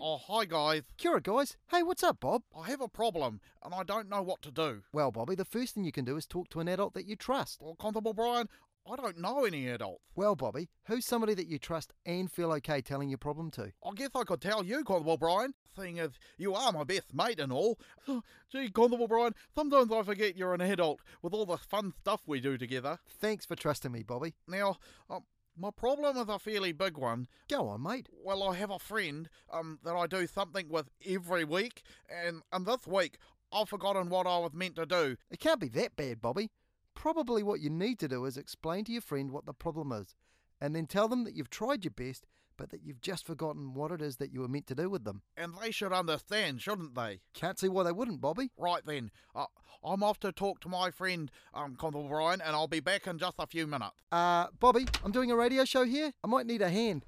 Oh, Hi, guys. Kia guys. Hey, what's up, Bob? I have a problem and I don't know what to do. Well, Bobby, the first thing you can do is talk to an adult that you trust. Well, Constable Brian, I don't know any adults. Well, Bobby, who's somebody that you trust and feel okay telling your problem to? I guess I could tell you, Constable Brian, seeing as you are my best mate and all. Gee, Constable Brian, sometimes I forget you're an adult with all the fun stuff we do together. Thanks for trusting me, Bobby. Now, um, my problem is a fairly big one. Go on, mate. Well, I have a friend um, that I do something with every week, and, and this week I've forgotten what I was meant to do. It can't be that bad, Bobby. Probably what you need to do is explain to your friend what the problem is, and then tell them that you've tried your best, but that you've just forgotten what it is that you were meant to do with them. And they should understand, shouldn't they? Can't see why they wouldn't, Bobby. Right then, uh, I'm off to talk to my friend, um, Constable Brian, and I'll be back in just a few minutes. Uh, Bobby, I'm doing a radio show here. I might need a hand.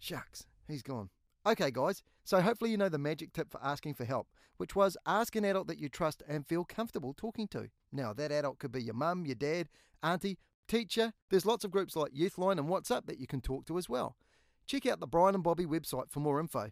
Shucks, he's gone. Okay, guys, so hopefully you know the magic tip for asking for help, which was ask an adult that you trust and feel comfortable talking to. Now, that adult could be your mum, your dad, auntie, teacher. There's lots of groups like Youthline and WhatsApp that you can talk to as well. Check out the Brian and Bobby website for more info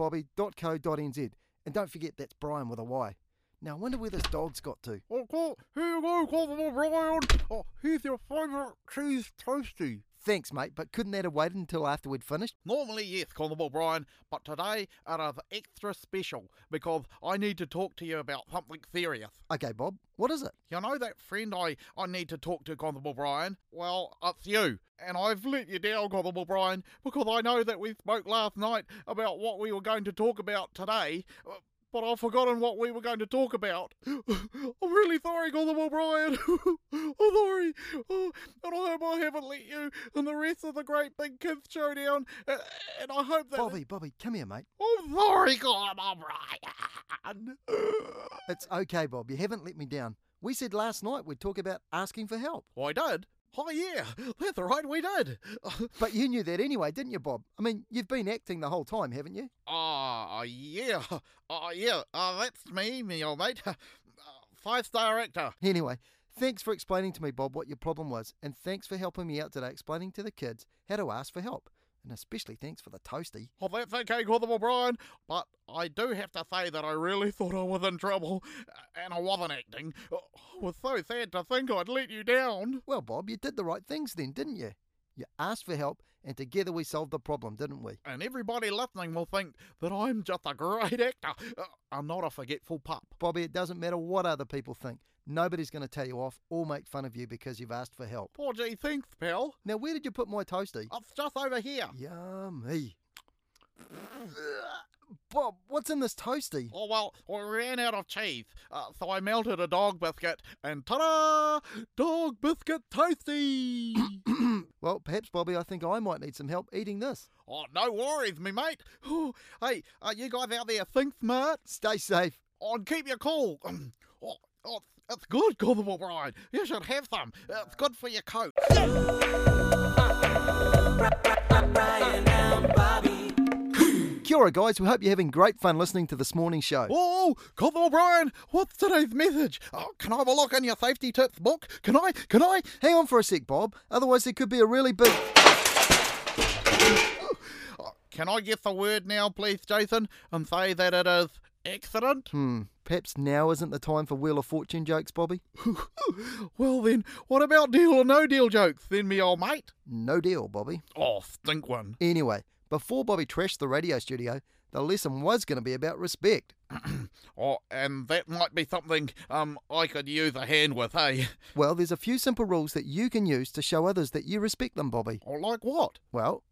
www.brianandbobby.co.nz. And don't forget that's Brian with a Y. Now, I wonder where this dog's got to. Oh, cool. here you go, Constable Brian. Oh, here's your favourite cheese toasty. Thanks, mate, but couldn't that have waited until after we'd finished? Normally, yes, Constable Brian, but today it is extra special because I need to talk to you about something serious. Okay, Bob, what is it? You know that friend I, I need to talk to, Constable Brian? Well, it's you. And I've let you down, Constable Brian, because I know that we spoke last night about what we were going to talk about today, uh, but I've forgotten what we were going to talk about. I'm really sorry, Constable Brian. I'm sorry. Oh, and I hope I haven't let you and the rest of the great big kids showdown. uh, And I hope that. Bobby, Bobby, come here, mate. I'm sorry, Constable Brian. It's okay, Bob, you haven't let me down. We said last night we'd talk about asking for help, I did. Oh, yeah. That's right, we did. but you knew that anyway, didn't you, Bob? I mean, you've been acting the whole time, haven't you? Ah, yeah. Ah, yeah. Ah, that's me, me old mate. Ah, Five star actor. Anyway, thanks for explaining to me, Bob, what your problem was, and thanks for helping me out today explaining to the kids how to ask for help. And especially thanks for the toasty. Oh, that's okay, Constable Brian. But I do have to say that I really thought I was in trouble, uh, and I wasn't acting. I was so sad to think I'd let you down. Well, Bob, you did the right things then, didn't you? You asked for help, and together we solved the problem, didn't we? And everybody listening will think that I'm just a great actor. Ah, I'm not a forgetful pup. Bobby, it doesn't matter what other people think. Nobody's going to tell you off or make fun of you because you've asked for help. Poor gee, thanks, pal. Now, where did you put my toasty? It's just over here. Yummy. Bob, what's in this toasty? Oh, well, I ran out of cheese, uh, so I melted a dog biscuit, and ta da! Dog biscuit toasty! Well, perhaps, Bobby, I think I might need some help eating this. oh, no worries, me mate. Ooh, hey, uh, you guys out there, think smart. Stay safe. On keep your cool. oh, oh, it's good, Constable Brian. You should have some. It's good for your coat. Brian and Bobby. Kia ora, guys. We hope you're having great fun listening to this morning's show. Oh, Constable Brian, what's today's message? Oh, can I have a look in your safety tips book? Can I? Can I? Hang on for a sec, Bob. Otherwise, there could be a really big. Oh, Can I get the word now, please, Jason, and say that it is accident? Hmm. Perhaps now isn't the time for Wheel of Fortune jokes, Bobby. Well then, what about deal or no deal jokes then, me old mate? No deal, Bobby. Oh, stink one. Anyway, before Bobby trashed the radio studio, the lesson was going to be about respect. Oh, and that might be something um I could use a hand with, hey? Well, there's a few simple rules that you can use to show others that you respect them, Bobby. Or Oh, like what? Well,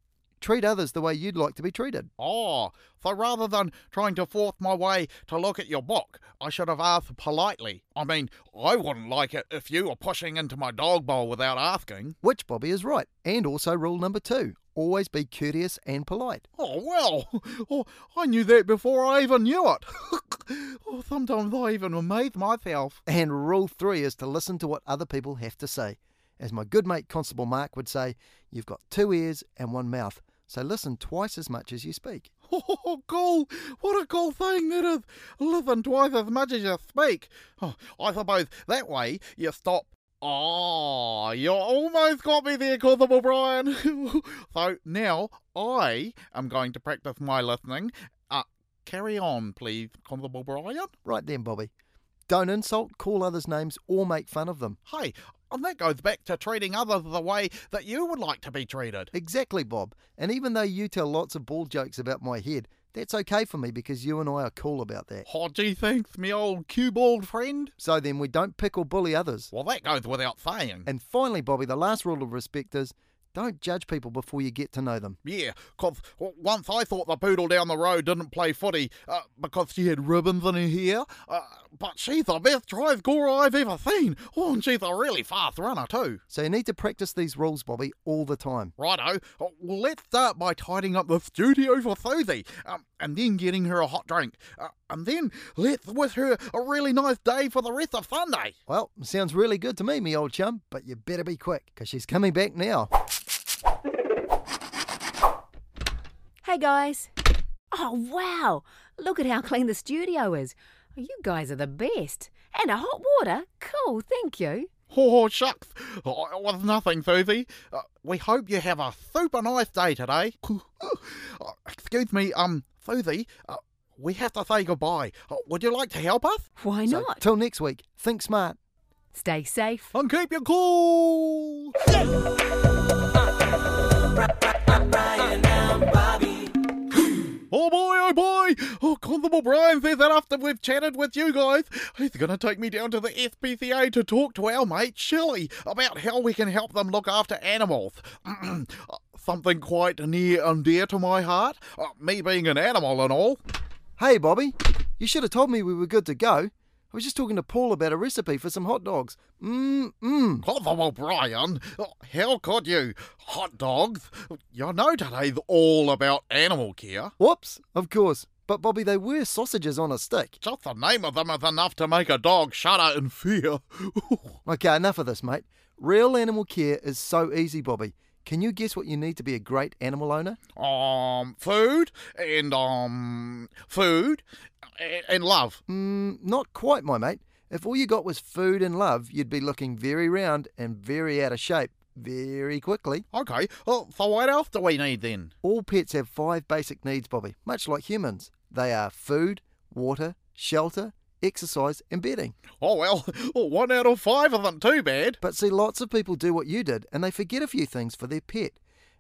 treat others the way you'd like to be treated. Oh, so rather than trying to force my way to look at your book, I should have asked politely. I mean, I wouldn't like it if you were pushing into my dog bowl without asking. Which Bobby is right. And also rule number two always be courteous and polite. Oh, well, oh, I knew that before I even knew it. oh, sometimes I even amaze myself. And rule three is to listen to what other people have to say. As my good mate Constable Mark would say, you've got two ears and one mouth, so listen twice as much as you speak. Oh, cool. What a cool thing that is. Listen twice as much as you speak. Oh, I suppose that way you stop Oh, you almost got me there, Gotham O'Brien. so now I am going to practice my listening. Uh, carry on, please, Gotham O'Brien. Right then, Bobby. Don't insult, call others names, or make fun of them. Hey, and that goes back to treating others the way that you would like to be treated. Exactly, Bob. And even though you tell lots of ball jokes about my head, that's okay for me because you and I are cool about that. Hodgy thanks, me old cue-balled friend. So then we don't pick or bully others. Well, that goes without saying. And finally, Bobby, the last rule of respect is don't judge people before you get to know them. Yeah, 'cause w once I thought the poodle down the road didn't play footy uh, because she had ribbons in her hair, uh, but she's the best drive scorer I've ever seen. Oh, and she's a really fast runner too. So you need to practice these rules, Bobby, all the time. Righto, uh, well, let's start by tidying up the studio for Susie um, and then getting her a hot drink. Uh, and then let's wish her a really nice day for the rest of Sunday. Well, sounds really good to me, me old chum, but you better be quick because she's coming back now. Hey guys. Oh wow, look at how clean the studio is. You guys are the best. And a hot water? Cool, thank you. Oh, shucks. Oh, it was nothing, Susie. Uh, we hope you have a super nice day today. Uh, Excuse me, um, Susie, uh, we have to say goodbye. Uh, would you like to help us? Why So not? till next week, think smart. Stay safe. And keep your cool. Brian and Bobby. Oh boy, oh boy! Oh, Constable Brian says that after we've chatted with you guys, he's going to take me down to the SPCA to talk to our mate Shirley about how we can help them look after animals. Uh, Something quite near and dear to my heart, uh, me being an animal and all. Hey, Bobby, you should have told me we were good to go. I was just talking to Paul about a recipe for some hot dogs. Mmm, mmm. Cotton O'Brien, oh, how could you? Hot dogs? You know today's all about animal care. Whoops, of course. But, Bobby, they were sausages on a stick. Just the name of them is enough to make a dog shudder in fear. Okay, enough of this, mate. Real animal care is so easy, Bobby. Can you guess what you need to be a great animal owner? um, food and um, food and, and love. Mm, not quite, my mate. If all you got was food and love, you'd be looking very round and very out of shape very quickly. Okay, well, so what else do we need then? All pets have five basic needs, Bobby, much like humans. They are food, water, shelter, exercise, and bedding. Oh well, one out of five isn't too bad. But see, lots of people do what you did and they forget a few things for their pet,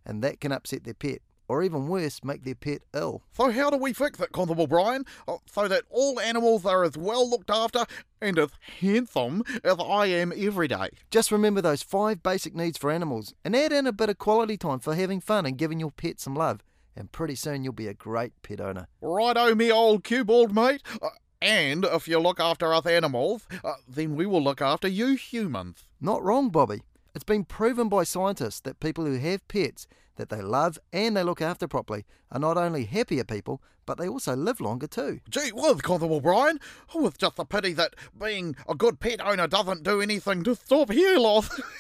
and that can upset their pet, or even worse, make their pet ill. So how do we fix it, Constable Brian, uh, so that all animals are as well looked after and as handsome as I am every day? Just remember those five basic needs for animals and add in a bit of quality time for having fun and giving your pet some love, and pretty soon you'll be a great pet owner. Righto, me old cue-balled mate. Uh, and if you look after us animals, uh, then we will look after you humans. Not wrong, Bobby. It's been proven by scientists that people who have pets that they love and they look after properly are not only happier people, but they also live longer too. Gee whiz, Constable Brian. Oh, it's just a pity that being a good pet owner doesn't do anything to stop hair loss.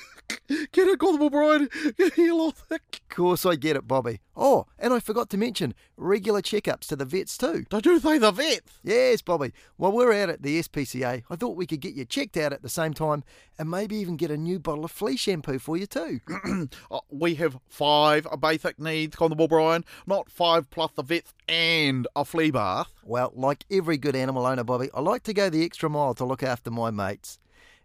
Get it, Constable Brian. Get hair loss. Of course, I get it, Bobby. Oh, and I forgot to mention regular checkups to the vets too. Did you say the vets? Yes, Bobby. While we're out at the SPCA, I thought we could get you checked out at the same time and maybe even get a new bottle of flea shampoo for you too. Uh, we have five basic needs, Constable Brian, not five plus the vets and a flea bath. Well, like every good animal owner, Bobby, I like to go the extra mile to look after my mates.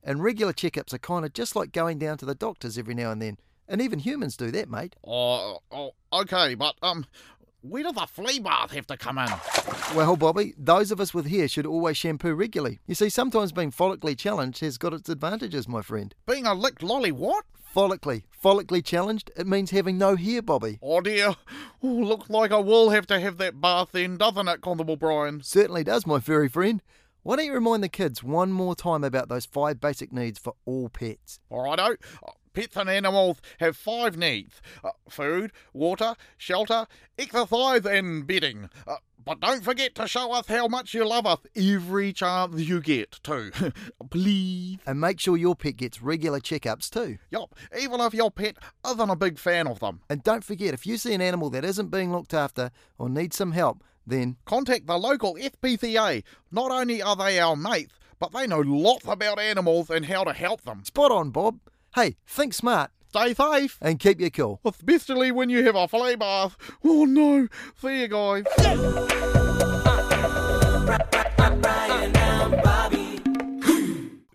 And regular checkups are kind of just like going down to the doctors every now and then. And even humans do that, mate. Oh, oh, okay, but um, where does the flea bath have to come in? Well, Bobby, those of us with hair should always shampoo regularly. You see, sometimes being follically challenged has got its advantages, my friend. Being a licked lolly what? Follically. Follically challenged, it means having no hair, Bobby. Oh dear. Oh, looks like I will have to have that bath then, doesn't it, Constable Brian? Certainly does, my furry friend. Why don't you remind the kids one more time about those five basic needs for all pets? Alrighto. oh, Pets and animals have five needs uh, food, water, shelter, exercise, and bedding. Uh, but don't forget to show us how much you love us every chance you get, too. Please. And make sure your pet gets regular checkups too. Yup, even if your pet isn't a big fan of them. And don't forget, if you see an animal that isn't being looked after or needs some help, then Contact the local FPCA. Not only are they our mates, but they know lots about animals and how to help them. Spot on, Bob. Hey, think smart Stay safe, and keep your cool. especially when you have a flea bath. Oh no, see you guys. Ah,